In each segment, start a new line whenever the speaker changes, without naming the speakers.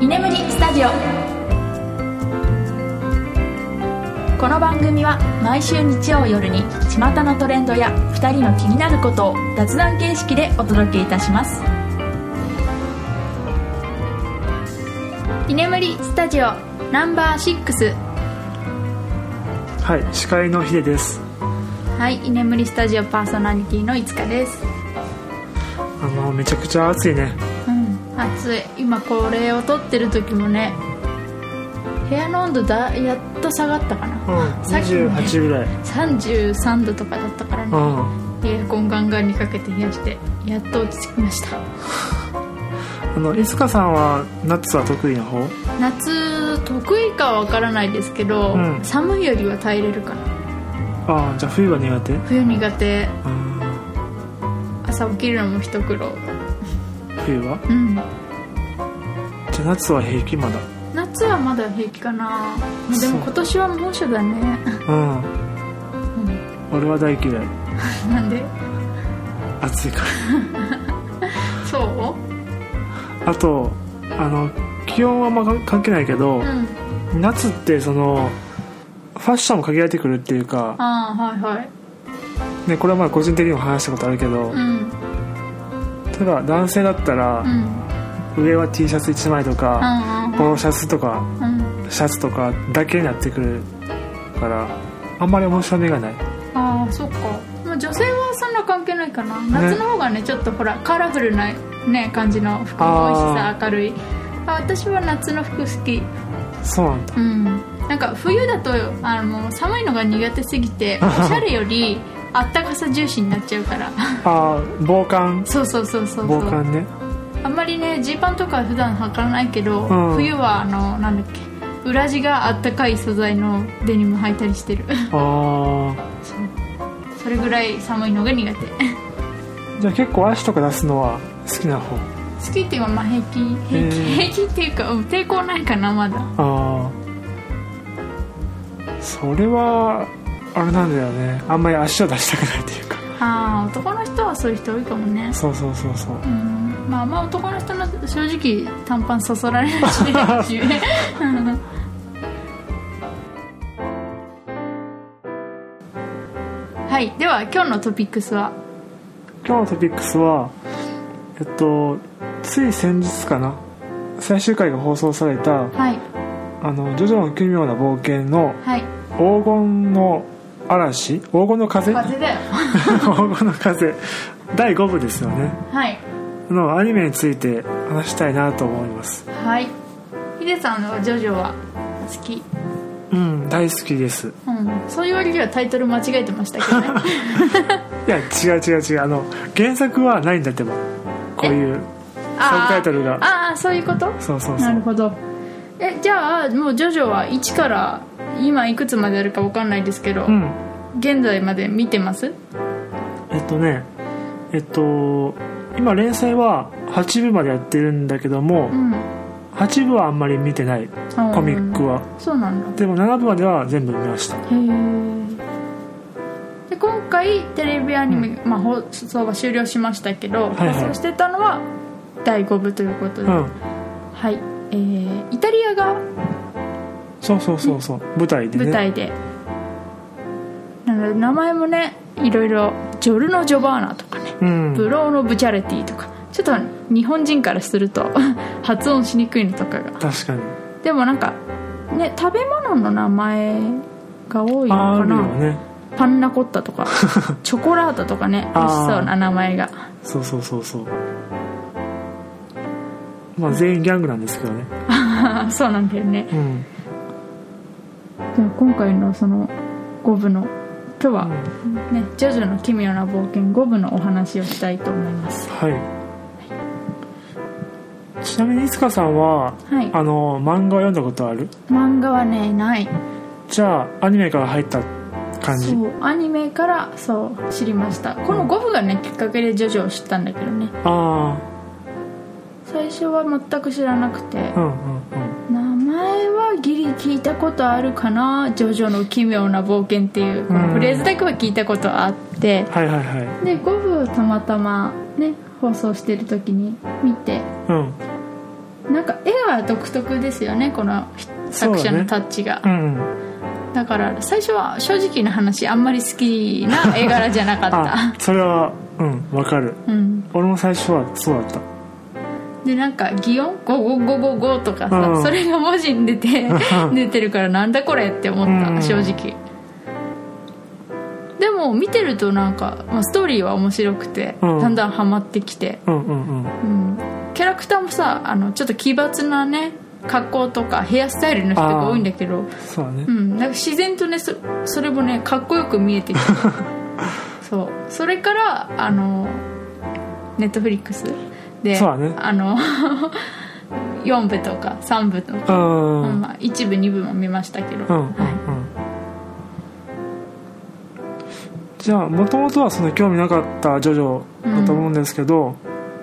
居眠りスタジオこの番組は毎週日曜夜に巷のトレンドや2人の気になることを雑談形式でお届けいたします居眠りスタジオナンバー6
はい司会のヒデです
はい居眠りスタジオパーソナリティのいつかです
あのめちゃくちゃ暑いね
うん暑い今これを撮ってる時もね部屋の温度だやっと下がったか
うん
な、さっきもね
28ぐらい
33度とかだったから
う
ね
ん
エアコンガンガンにかけて冷やしてやっと落ち着きました
あのいつかさんはナッツは得意な方
夏得意かは分からないですけど、
うん
寒いよりは耐えれるかな
ああじゃあ冬は苦手
冬苦手
あ
朝起きるのも一苦労
ー冬は
うん
じゃあナッツは平気まだ
夏はまだ平気かなまあで
そう
も今年は猛暑だね
うん
う
俺は大嫌い
んなんで
暑いか
そう
らあとあの気温はあんま関係ないけど
う、ん
夏ってそのファッションも限られてくるっていうか、
ああはいはい
ね、これはまあ個人的にも話したことあるけど、
うん
例えば男性だったら
う、ん
上は T シャツ1枚とか、ポ
う
ロシャツとか
んうん
シャツとかだけになってくるからあんまり面白みがない
ああそっかまあ女性はそんな関係ないかな夏の方がねちょっとほらカラフルなね感じの服多いし
あ
さ明るいあ私は夏の服好き
そうなんだ
うんなんか冬だとあの寒いのが苦手すぎ ておしゃれよりあったかさ重視になっちゃうから
ああ防寒
そうそうそうそうそ
防
う
寒ね
あんまりねジーパンとかは普段履からないけど、
うん
冬はあのなんだっけ裏地があったかい素材のデニム履いたりしてる
あ
それぐらい寒いのが苦手
あじゃあ結構足とか出すのは好きな方
好きっていうかまあ平気平気、
へー
平気っていうか、うん、抵抗ないかなまだ
ああそれはあれなんだよねあんまり足を出したくないっていうか
ああ男の人はそういう人多いかもね
そうそうそうそう
うんまあまあ男の人の正直短パンそそら れるしね私うんはいでは今日のトピックスは
今日のトピックスはえっとつい先日かな最終回が放送された
はい
「あのジョジョの奇妙な冒険」の
はい
黄金の嵐黄金の風 黄
風だよ
金の風第5部ですよね
はい
のアニメについて話したいなと思います
はいヒデさんのジョジョは好き
うん大好きです
うんそういう割にはタイトル間違えてましたけどね
いや違う違う違うあの原作はないんだってばこういうサブタイトルが
あーあーそういうこと
そうそうそ
なる
う
ほどえじゃあもうジョジョは1から今いくつまであるか分かんないですけど、
うん
現在まで見てます
えっとねえっと今連載は8部までやってるんだけども
うん
8部はあんまり見てないコミックは
そうなんだ
でも7部までは全部見ました
へえで今回テレビアニメ、まあ、放送は終了しましたけど、
はいはい
放送してたのは第5部ということで、
うん
はいえー、イタリアが
そうそうそうそう舞台でね
舞台で、なんか名前もねいろいろジョルノ・ジョバーナとかね
うん
ブローのブチャレティとかちょっと日本人からすると 発音しにくいのとかが
確かに
でもなんかね食べ物の名前が多いの
あ
か
るよ
な、
ね
パンナコッタと かチョコラータとかね美
あー
味しそうな名前が
そうそうそうそうまあ全員ギャングなんですけどね
あそうなんだよね
うん
でも今回のその5部の今日はね「ジョジョの奇妙な冒険」5部のお話をしたいと思います
はいちなみにいつかさんは
はい
あの漫画を読んだことある
漫画はねない
じゃあアニメから入った感じ
そうアニメからそう知りましたこの5部がねきっかけでジョジョを知ったんだけどね
あ
最初は全く知らなくて
あうんうんうん
名前はギリ聞いたことあるかな「ジョジョの奇妙な冒険」っていうこのフレーズだけは聞いたことあって
はいはいはい
で5部をたまたまね放送してる時に見て
うん
なんか絵が独特ですよねこの作者のタッチが
う
だ,、
ん
から最初は正直な話あんまり好きな絵柄じゃなか
あ
っ
それはうんわかる
た、うん、
俺も最初はそうだった
でなんか擬音「ゴゴゴゴゴ」とかさ、
うん
それが文字に出 て出てるからなんだこれって思った、
うん
正直でも見てるとなんか、まあ、ストーリーは面白くて、
うん
だんだんハマってきて
うんうんうん
うんキャラクターもさあのちょっと奇抜なね格好とかヘアスタイルの人が多いんだけど、
そうだね
うん、なんか自然とねそそれもねかっこよく見えてきて そうそれからあのネットフリックスで
そうだね
あの 4部とか3部と
う
か、
んうん
まあ、1部2部も見ましたけど、
うんうんうん
は
じゃあもともとはその興味なかったジョジョだと思うんですけど、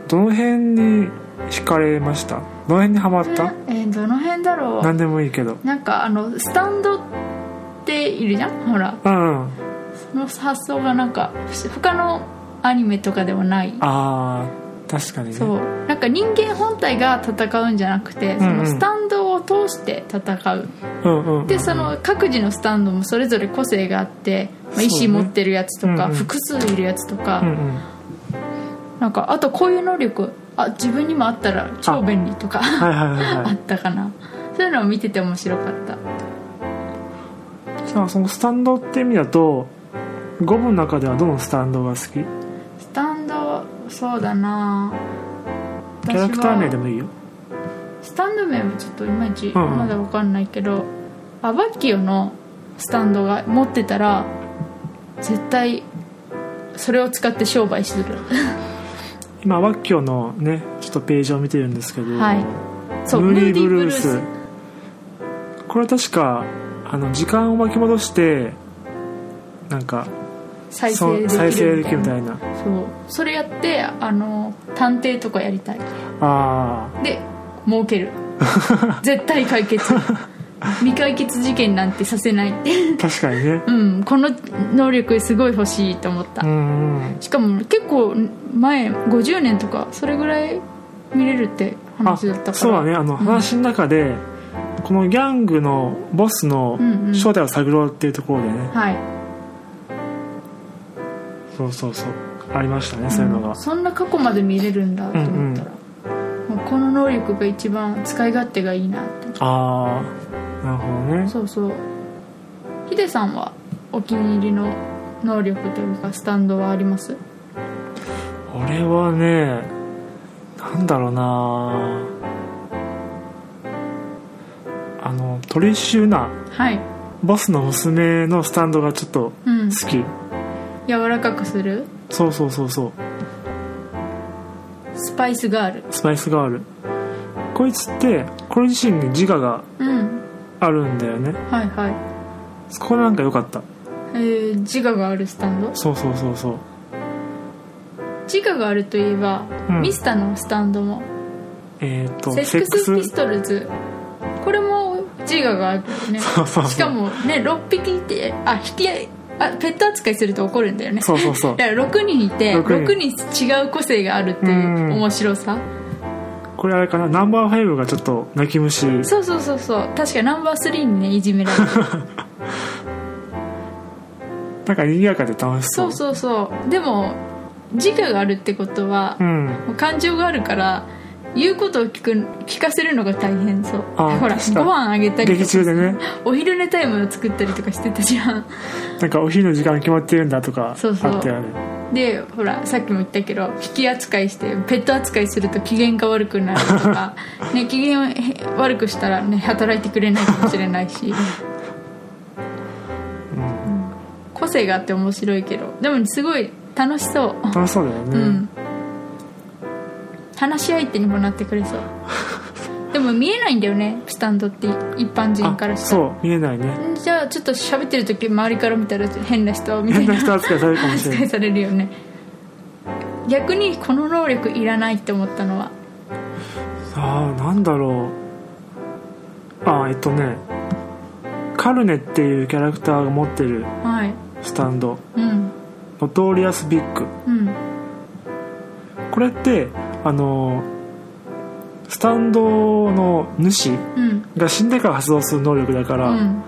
どの辺に惹かれましたどの辺にハマっ
い
た、
えーどの辺だろ
何でもいいけど
うなんかあのスタンドっているじゃんほら
うんうん
その発想がなんかふ他のアニメとかではない
あー確かにね
そうなんか人間本体が戦うんじゃなくてそ
うんう
の
ん
スタンドを通して戦う
うんうんうん
でその各自のスタンドもそれぞれ個性があって、ま
そう
あ、
ね
石持ってるやつとか、
うんうん
複数いるやつとか、
うんうん
なんかあとこういう能力あ自分にもあったら超便利とか
はいはいはい
あ
は
ったかなそういうのを見てて面白かった
いじゃあそのスタンドって意味だとゴムの中ではどのスタンドが好きキ
スタンドそうだな
ャラクター名
私
で
は
もいいよ
スタンド名はちょっといまいち
うんうん
まだわかんないけど、アバッキオのスタンドが持ってたら絶対それを使って商売 する
今ワッキョのねちょっとページを見てるんですけど、
はいそう
ムーディー
ディ
ブルースこれは確かあの時間を巻き戻してなんか
再
そ
生でき
う
る
再生できるみ
み
た
た
い
い
な
なそうそれやってあの探偵とかやりたい
あ
で儲 ける絶対解決未解決事件なんてさせない
あ確かにね
うんこの能力すごい欲しいと思った
う、んうん
しかも結構前50年とかそれぐらい見れるって話だったから
そうだねあの話の中で、このギャングのボスの
うんうん
正体を探ろうっていうところでね、
はい
そうそうそうありましたねそういうのが、
んそんな過去まで見れるんだと思ったら、もうこの能力が一番使い勝手がいいなって
ああなるほどね
そうそうヒデさんはお気に入りの能力というかスタンドはあります
俺はねなんだろうなあのトリシュナ
はい、
ボスの娘のスタンドがちょっと
うん、
好き、
柔らかくする
そうそうそうそう
スパイスガール
スパイスガールこいつってこれ自身に自我が
うん
あるんだよね
はいは
そこなんか良かった
い、えー、自我があるスタンド
そうそうそうそう
自我があるといえば、
うん
ミスタのスタンドも
えっ、ー、と
セックスピス
セ
トルズこれも自我があるね
そうそうそう
しかもね6匹いてあ引き合いあペット扱いすると怒るんだよね
そうそうそう
だから6人いて
6
6人違う個性があるっていう
うん
面白さ
これあれかなナンバーファイブがちょっと泣き虫
そうそうそうそう確かナンバー3にねいじめられる
なんか賑やかで楽し そ
そううそうそうでも自我があるってことは
う、ん
もう感情があるから言うことを聞く聞かせるのが大変そう
あ
ほら
確
ご
か
飯あ
に
げたり
劇
とか
中でね
お昼寝タイムを作ったりとかしてたじゃん
なんかお昼の時間決まってるんだとか
そうそう
あったよね
でほらさっきも言ったけど引き扱いしてペット扱いすると機嫌が悪くなると か、ね、機嫌をへ悪くしたら、ね、働いてくれないかもしれないし、うん個性があって面白いけどでもすごい楽しそう、
楽しそうだよ
う
ね、
ん、話し相手にもなってくれ そうでも見えないんだよねスタンドって一般人から
あ
したら
そう見えないね
んじゃあちょっと喋ってる時周りから見たら変な人みたい
変
な
な人扱いされるかもしれな
扱
い
いされるよね逆にこの能力いらないって思ったのは
ああなんだろうああえっとねカルネっていうキャラクターが持ってる
はい
スタンド
うん
ノトーリアスビッグ
うん
これってあのースタンドの主
うん
が死んでから発動する能力だか
う
ら、
ん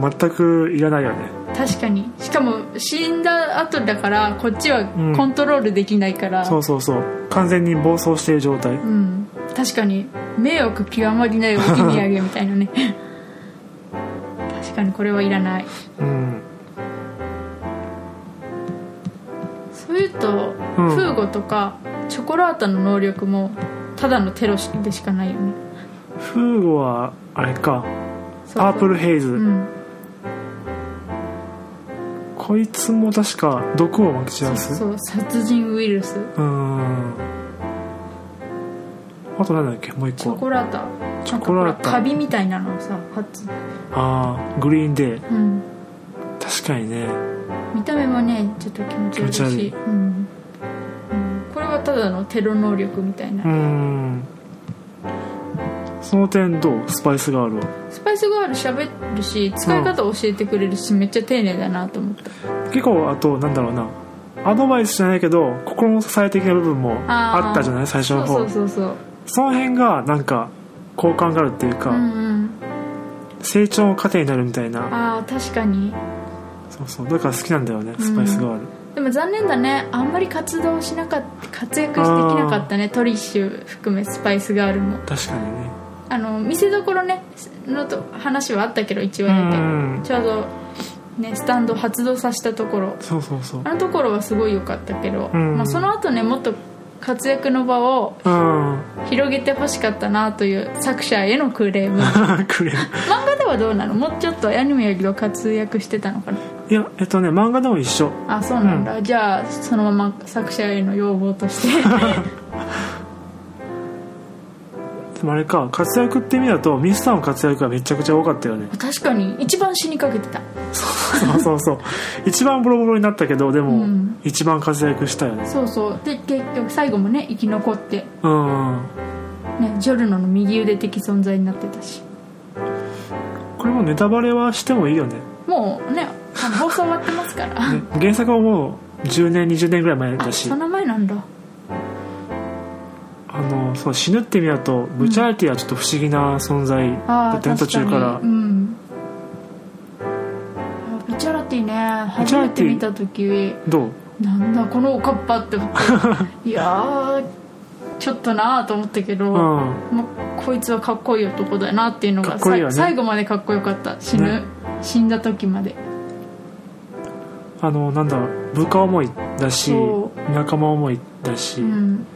全くいらないよね
確かにしかも死んだ後だからこっちは
ん
コントロールできないから、
そうそうそう完全に暴走している状態
うん、確かに迷惑極まりないお手土産みたいなね 確かにこれはいらない
うん
そういうと、
うん
フーゴとかチョコラータの能力もただのテロでしかないよね
フーゴはあれか
そうそう
パープルヘイズ、
うん
こいつも確か毒をまき散らすう
そう殺人ウイルス
ーんあとなんだっけもう一
チョ
個
コラータ
チョコラ
な
ータ
んかほらカビみたいなのをさ発、
ああグリーンデー
うん、
確かにね
見た目もねちょっと気持ち悪いし
気持ち悪い
うんうんこれはただのテロ能力みたいう
ー
な、
んその点どうスパイスガールは
スパイスガール喋るし使い方教えてくれるし、めっちゃ丁寧だなと思った
結構あとなんだろうなアドバイスじゃないけど心の支え的な部分も
あー
あったじゃない最初の
そう
方
そうそうそう
その辺がなんか好感があるっていうか、
うんうん
成長の糧になるみたいな
ああ確かに
そうそうだから好きなんだよねスパイスガール、
でも残念だねあんまり活動しなかった活躍できなかったねトリッシュ含めスパイスガールも
確かにね
あの見せどころねのと話はあったけど一
う
話だけ、
ん
ちょうどねスタンド発動させたところ
そうそうそう
あのところはすごい良かったけど、
うん
まあ、その後ねもっと活躍の場を
うん
広げてほしかったなという作者へのクレー ム
クレーム
漫画ではどうなのもうちょっとアニメよりは活躍してたのかない
やえっとね漫画でも一緒
あそうなんだ、じゃあそのまま作者への要望として
でもあれか活躍って意味だとミスターの活躍がめちゃくちゃ多かったよね
確かに一番死にかけてた
そうそうそう一番ボロボロになったけどでも、
うん
一番活躍したよね
そうそうで結局最後もね生き残って、
うん
ね、ジョルノの右腕的存在になってたし
これもネタバレはしてもいいよね
もうねあの放送終わってますから、
ね原作はもう10年20年ぐらい前だ
あ
し
その前なんだ
あのそう死ぬって意味だとブチャーティはちょっと不思議な存在だ
あ
った
あ
ね途中から
うんあブチャラティね初めて見た時
どう
なんだこのおかっぱって思って いやーちょっとなーと思ったけど、
う
ま
ん
あこいつはかっこいい男だなっていうの
か
が
っこいいよね
さ最後までかっこよかった死ぬ、
ね
死んだ時まで
あのなんだろう部下思いだし
そ
仲間思いだし、
うん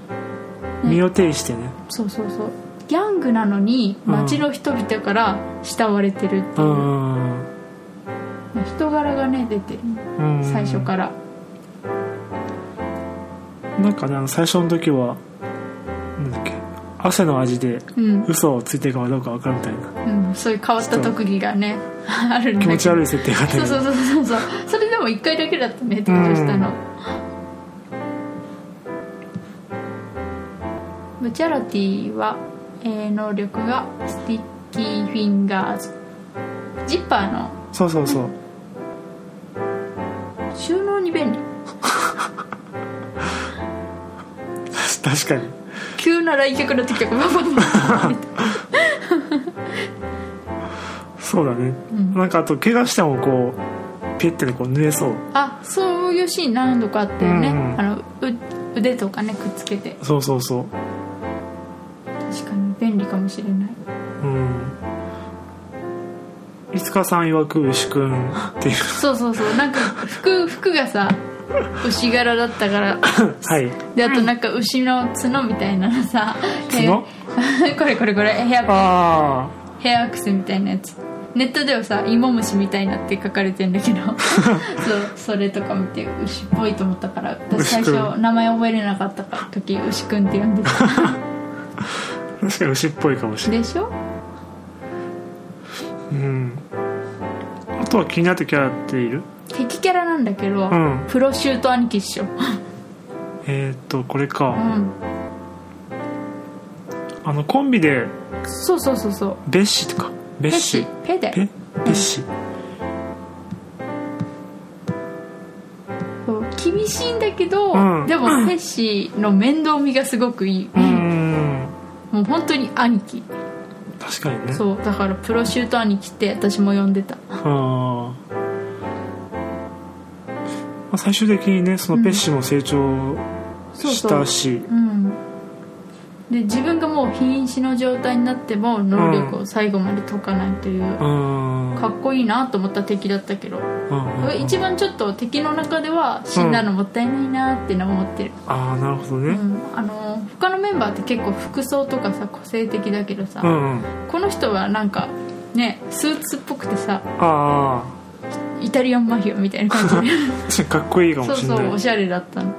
身を挺してね
そうそうそうギャングなのに
うん
町の人々から慕われてるって
う
いう、
ん
まあ人柄がね出てる
うん
最初から
なんかねあの最初の時はなんだっけ汗の味で
うん
嘘をついてるかどうか分かるみたいな
うん、そういう変わった特技がねあるんだけど
気持ち悪い設定がね
そうそうそうそうそうそれでも1回だけだったね登場したの
う
ブチャラティは、えー能力がスティッキーフィンガーズジッパーの
そうそうそう
収納に便利
確かに
急な来客の時はこうバババババ
そうだね、
うん
なんかあと怪我してもこうピュッてねこう濡れそう
あそういうシーン何度かあったよね、
うんうん
あのう腕とかねくっつけて
そうそうそう
確かに便利かもしれない
うんいつかさん曰く牛くんっていう
そうそうそうなんか服服がさ牛柄だったから
はい
であとなんか牛の角みたいなのさ
角
えー これこれこれヘア
あ
ヘアアクセみたいなやつネットではさ「芋虫みたいな」って書かれてんだ けどそうそれとか見て牛っぽいと思ったから私最
牛く
初名前覚えれなかったか時牛くんって呼んで た
あ確かに牛っぽいかもしれない
でしょ
うんあとは気になったキャラっている
敵キャラなんだけど、
うん
プロシュート兄貴っしょ
えー、っとこれ
う
か、
ん
あのコンビで
そうそうそうそう
ベッシとかベッシ
ペで
ペベッシ
そう厳しいんだけど、
うん
でもペッシーの面倒見がすごくいい、
うん
もう本当に兄貴
確かにね
そうだからプロシュート兄貴って私も呼んでた
あー、まあ、最終的にねそのペッシも成長
そう
し
そう
たし、
うんで自分がもう瀕死の状態になっても能力を最後まで解かないという、
うんうん
かっこいいなと思った敵だったけど、
うんうん
一番ちょっと敵の中では死んだのもったいないなってのは思ってる、
ああなるほど
う
ね
んあのー他のメンバーって結構服装とかさ個性的だけどさ、
うん、うん、
この人はなんかねスーツっぽくてさ
あ
イタリアンマフィアみたいな感じで
あ確かにかっこ いいか
そ
も
う
しれ
そ
ないう
おしゃれだったの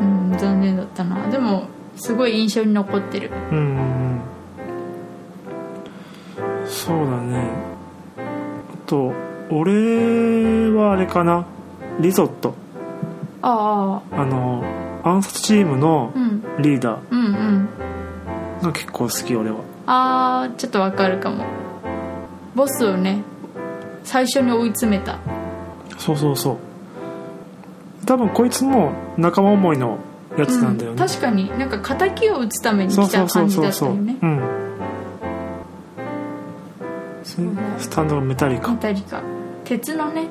うん残念だったなでもすごい印象に残ってる
うんうんそうだねあと俺はあれかなリゾット
あ
あの暗殺チームの
あうん
リーダ
うんうん
ーが結構好き俺は
あーちょっとわかるかもボスをね最初に追い詰めた
そうそうそう多分こいつも仲間思いのやつなんだよ
う
ね、
ん、確かになんか敵を打つために
そう
来
そ
た
うそ
感
う
じ
そ
だ
う
った
そう
よね
うん
うだね
スタンドがメタリカ
メタリカ鉄のね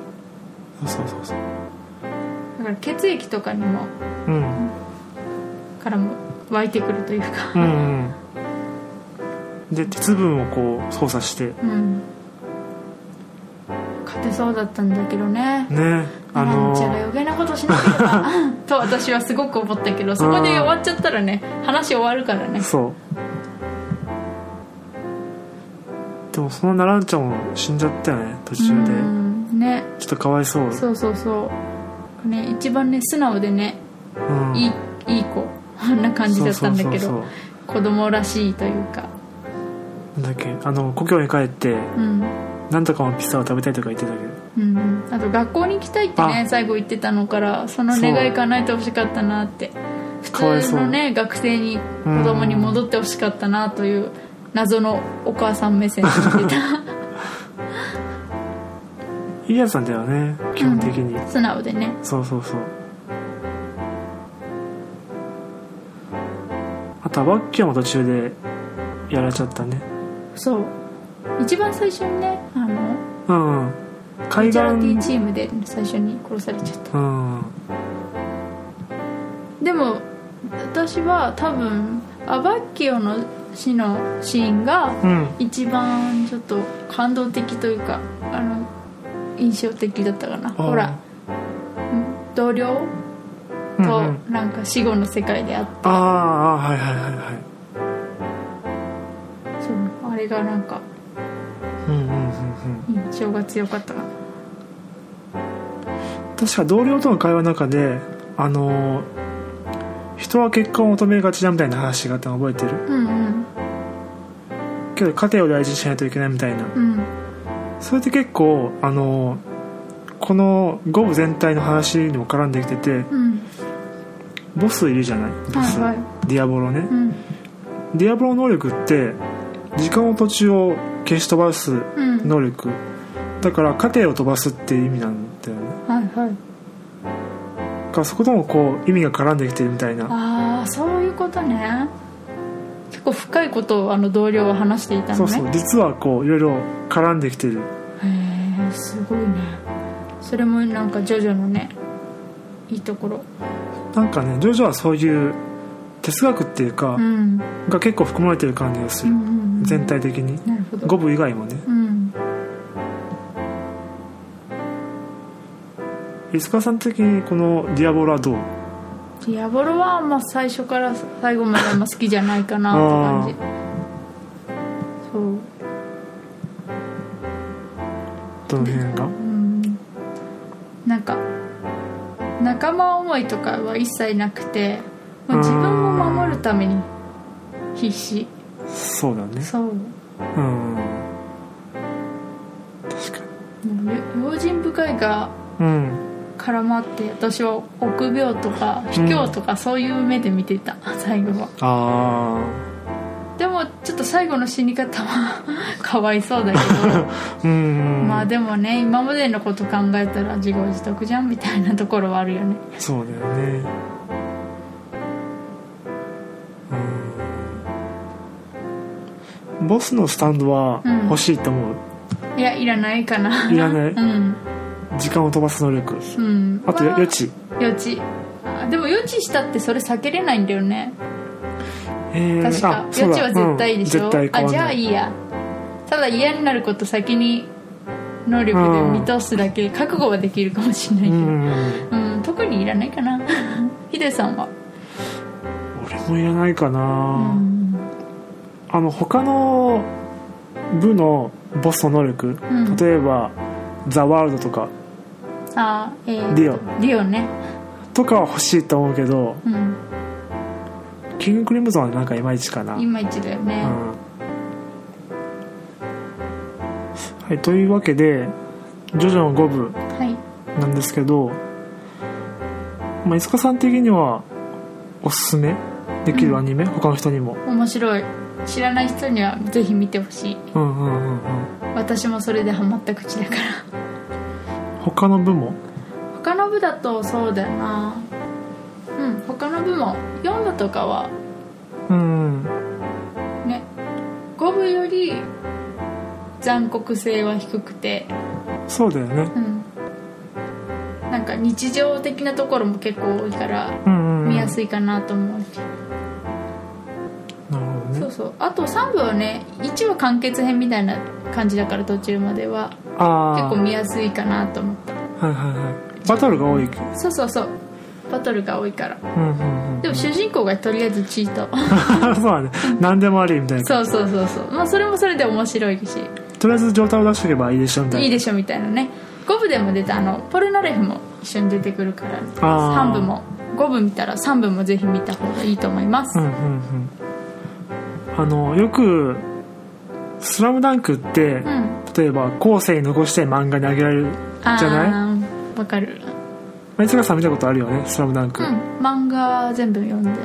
そうそうそう
だから血液とかにも
うん
からも湧いてくるというか
うんうんで鉄分をこう操作して
うん勝てそうだったんだけどね
ねあの
なんちゃら余計なことしなければ と私はすごく思ったけどそこで終わっちゃったらね話終わるからね
そうでもそのナランちゃんも死んじゃったよね途中で
うんね
ちょっとかわいそうう、
そうそうそうね一番ね素直でね
ん、
いいいい子 あんな感じだったんだけ
そうそ
ど
うそう
子供らしいというか
そうなんだっけあの故郷に帰って
うん
なんとかのピザを食べたいとか言ってたけど
うん、あと学校に行きたいってね
あ
最後言ってたのからその願い叶えてほしかったなって
かわ
普
い
通
そう
のね学生に子供に戻ってほしかったなという謎のお母さん目線で見て
いいやつなんだよね基本的に、
た 素直でね
そうそうそうあとはバッキアも途中でやられちゃったね
そう一番最初にねあの
うんうん海
チ
岸
ャラティチームで最初に殺されちゃった
うん
でも私は多分アバッキオの死のシーンが
うん
一番ちょっと感動的というかあの印象的だったかな
あー
ほらうん同僚
うん
と
うん
なんか死後の世界であっ
あああはいはいはいはい
そうあれがなんか
うんうんうんうん
印象が強かったかな
確か同僚との会話の中であのー人は結果を求めがちだみたいな話があったの覚えてる
うんうん
けど家庭を大事にしないといけないみたいな
うん
それって結構あのーこの五部全体の話にも絡んできてて
うん
ボスいるじゃないボス、
はいは
ディアボロね
う、ん
ディアボロ能力って時間を途中を消し飛ばす
うん
能力だから家庭を飛ばすっていう意味なんだよね
はいはい
だからそこともこう意味が絡んできてるみたいな
ああそういうことね結構深いことをあの同僚は話していたのね
そうそう実はこういろいろ絡んできてる
へえすごいねそれもなんかジョジョのねいいところ
なんかねジョジョはそういう哲学っていうか、
うんうん
が結構含まれてる感じがす
う
る、
んうん
全体的に
なるほど
五部以外もね
うん
飯塚さん的にこの「ディアボロ」はどう
ディアボロはあんま最初から最後まであんま好きじゃないかなって感じそう
どの辺が
うんなんか仲間思いとかは一切なくてもう自分を守るために必死
そうだね
そう
うん確か
もうよ用心深いが
にうん
絡まって私は臆病とか卑怯とかそういう目で見てた、最後は
あ
でもちょっと最後の死に方は かわいそうだけ
あうん
どまあでもね今までのこと考えたら自業自得じゃんみたいなところはあるよね
そうだよねうんボスのスタンドは
うん
欲しいと思う、
いやいらないかない
らな い
うん
時間を飛ばす能力
うん
あと
は
予知
予知あでも予知したってそれ避けれないんだよね
えー
確か
あ
予
そう
知
だ
は絶対でしょ、
うん絶対変
あ
わん
じゃ
な
あ
い
いいやただ嫌になること先に能力で見通すだけ覚悟はできるかもしれないうけど、うん
ん
特にいらないかな ヒデさんは、
俺もいらないかな、
うん
あの他の部のボスの能力、
ん
例えばザ・ワールドとか
あえー
ディ
ディオね、
とかは欲しいと思うけど
うん、
キングクリムゾンはなんかいまいちかな、
いまいちだよ
う
ね、
んはい、というわけで「ジョジョの5部
はい」
なんですけど、まあ、いつかさん的にはおすすめできるアニメ、他の人にも
面白い知らない人にはぜひ見てほしい
うんうんうんうん
私もそれでハマった口だから
他の部も
他の部だとそうだよなうん他の部も4部とかは
うん
ね5部より残酷性は低くて
そうだよね
うんなんか日常的なところも結構多いから
うんうん、うん、
見やすいかなと思うし、
なるほど
そ
ね
うそうあと3部はね1話完結編みたいな感じだから途中までは
ああ
結構見やすいかなと思った
はいはいはいバトルが多い
そうそうそうバトルが多いから
うんうんうん
でも主人公がとりあえずチート
そうだね何でもありみたいな
そうそうそうそうまあそれもそれで面白いし
とりあえず状態を出しておけばいいでしょみたいない
いでしょみたいなね5部でも出たあのポルナレフも一緒に出てくるから
あー
3部も5部見たら3部もぜひ見た方がいいと思います、
うんうんうんあのよく「スラムダンクっ
う
て、
ん
例えば後世に残して漫画にあげられる
あー
じゃない
わかる
まあいつかさん見たことあるよね「スラムダン
う
ク、
ん漫画全部読んでこ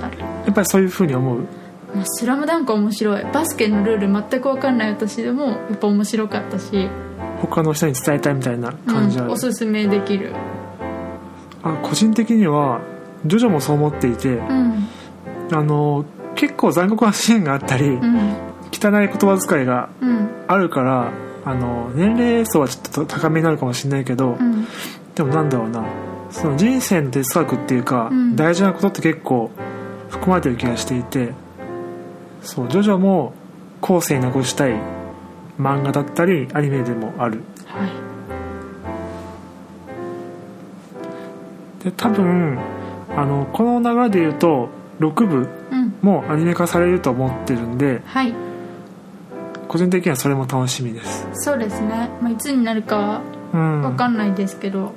とある
やっぱりそういうふうに思う
「まあ、スラムダンク面白いバスケのルール全く分かんない私でもやっぱ面白かったし、
他の人に伝えたいみたいな
う
感じあ
ん、
る、
おすすめできる
あ個人的にはジョジョもそう思っていて
うん
あの結構残酷なシーンがあったり、
うん
汚い言葉遣いが
うん
あるからあの年齢層はちょっと高めになるかもしれないけど、
うん
でもなんだろうなその人生の哲学っていうか、
うん
大事なことって結構含まれてる気がしていてそうジョジョも後世に残したい漫画だったりアニメでもある
はい
で多分あのこの流れで言うと6部
うん
もアニメ化されると思ってるんで
はい
個人的にはそれも楽しみです
そうですね、まあ、いつになるかは
うん
分かんないですけど、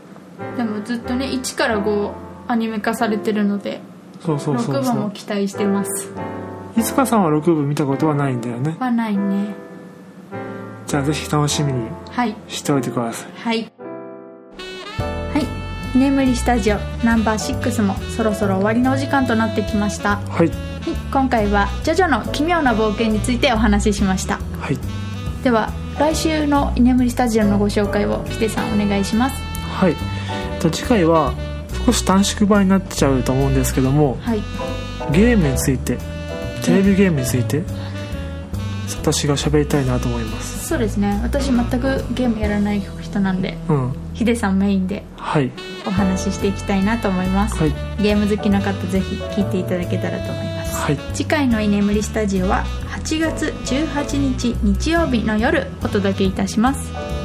でもずっとね1から5アニメ化されてるので
そうそうそ
6
うそ
番も
う
期待してます
いつかさんは6部見たことはないんだよね
はないね
じゃあぜひ楽しみに
はい
しておいてください
はいはい居眠りスタジオナンバー6もそろそろ終わりのお時間となってきました、は
はい
い、今回は「ジョジョの奇妙な冒険」についてお話ししました
はい
では来週の居眠りスタジオのご紹介をヒデさんお願いします
はい、えっと次回は少し短縮版になっちゃうと思うんですけども
はい
ゲームについてテレビゲームについて私が喋りたいなと思います
そうですね私全くゲームやらない人なんで
うん
ヒデさんメインで
はい
お話ししていきたいなと思います、
はい
ゲーム好きの方ぜひ聞いていただけたらと思います、
はい
次回の「居眠りスタジオ」は8月18日日曜日の夜お届けいたします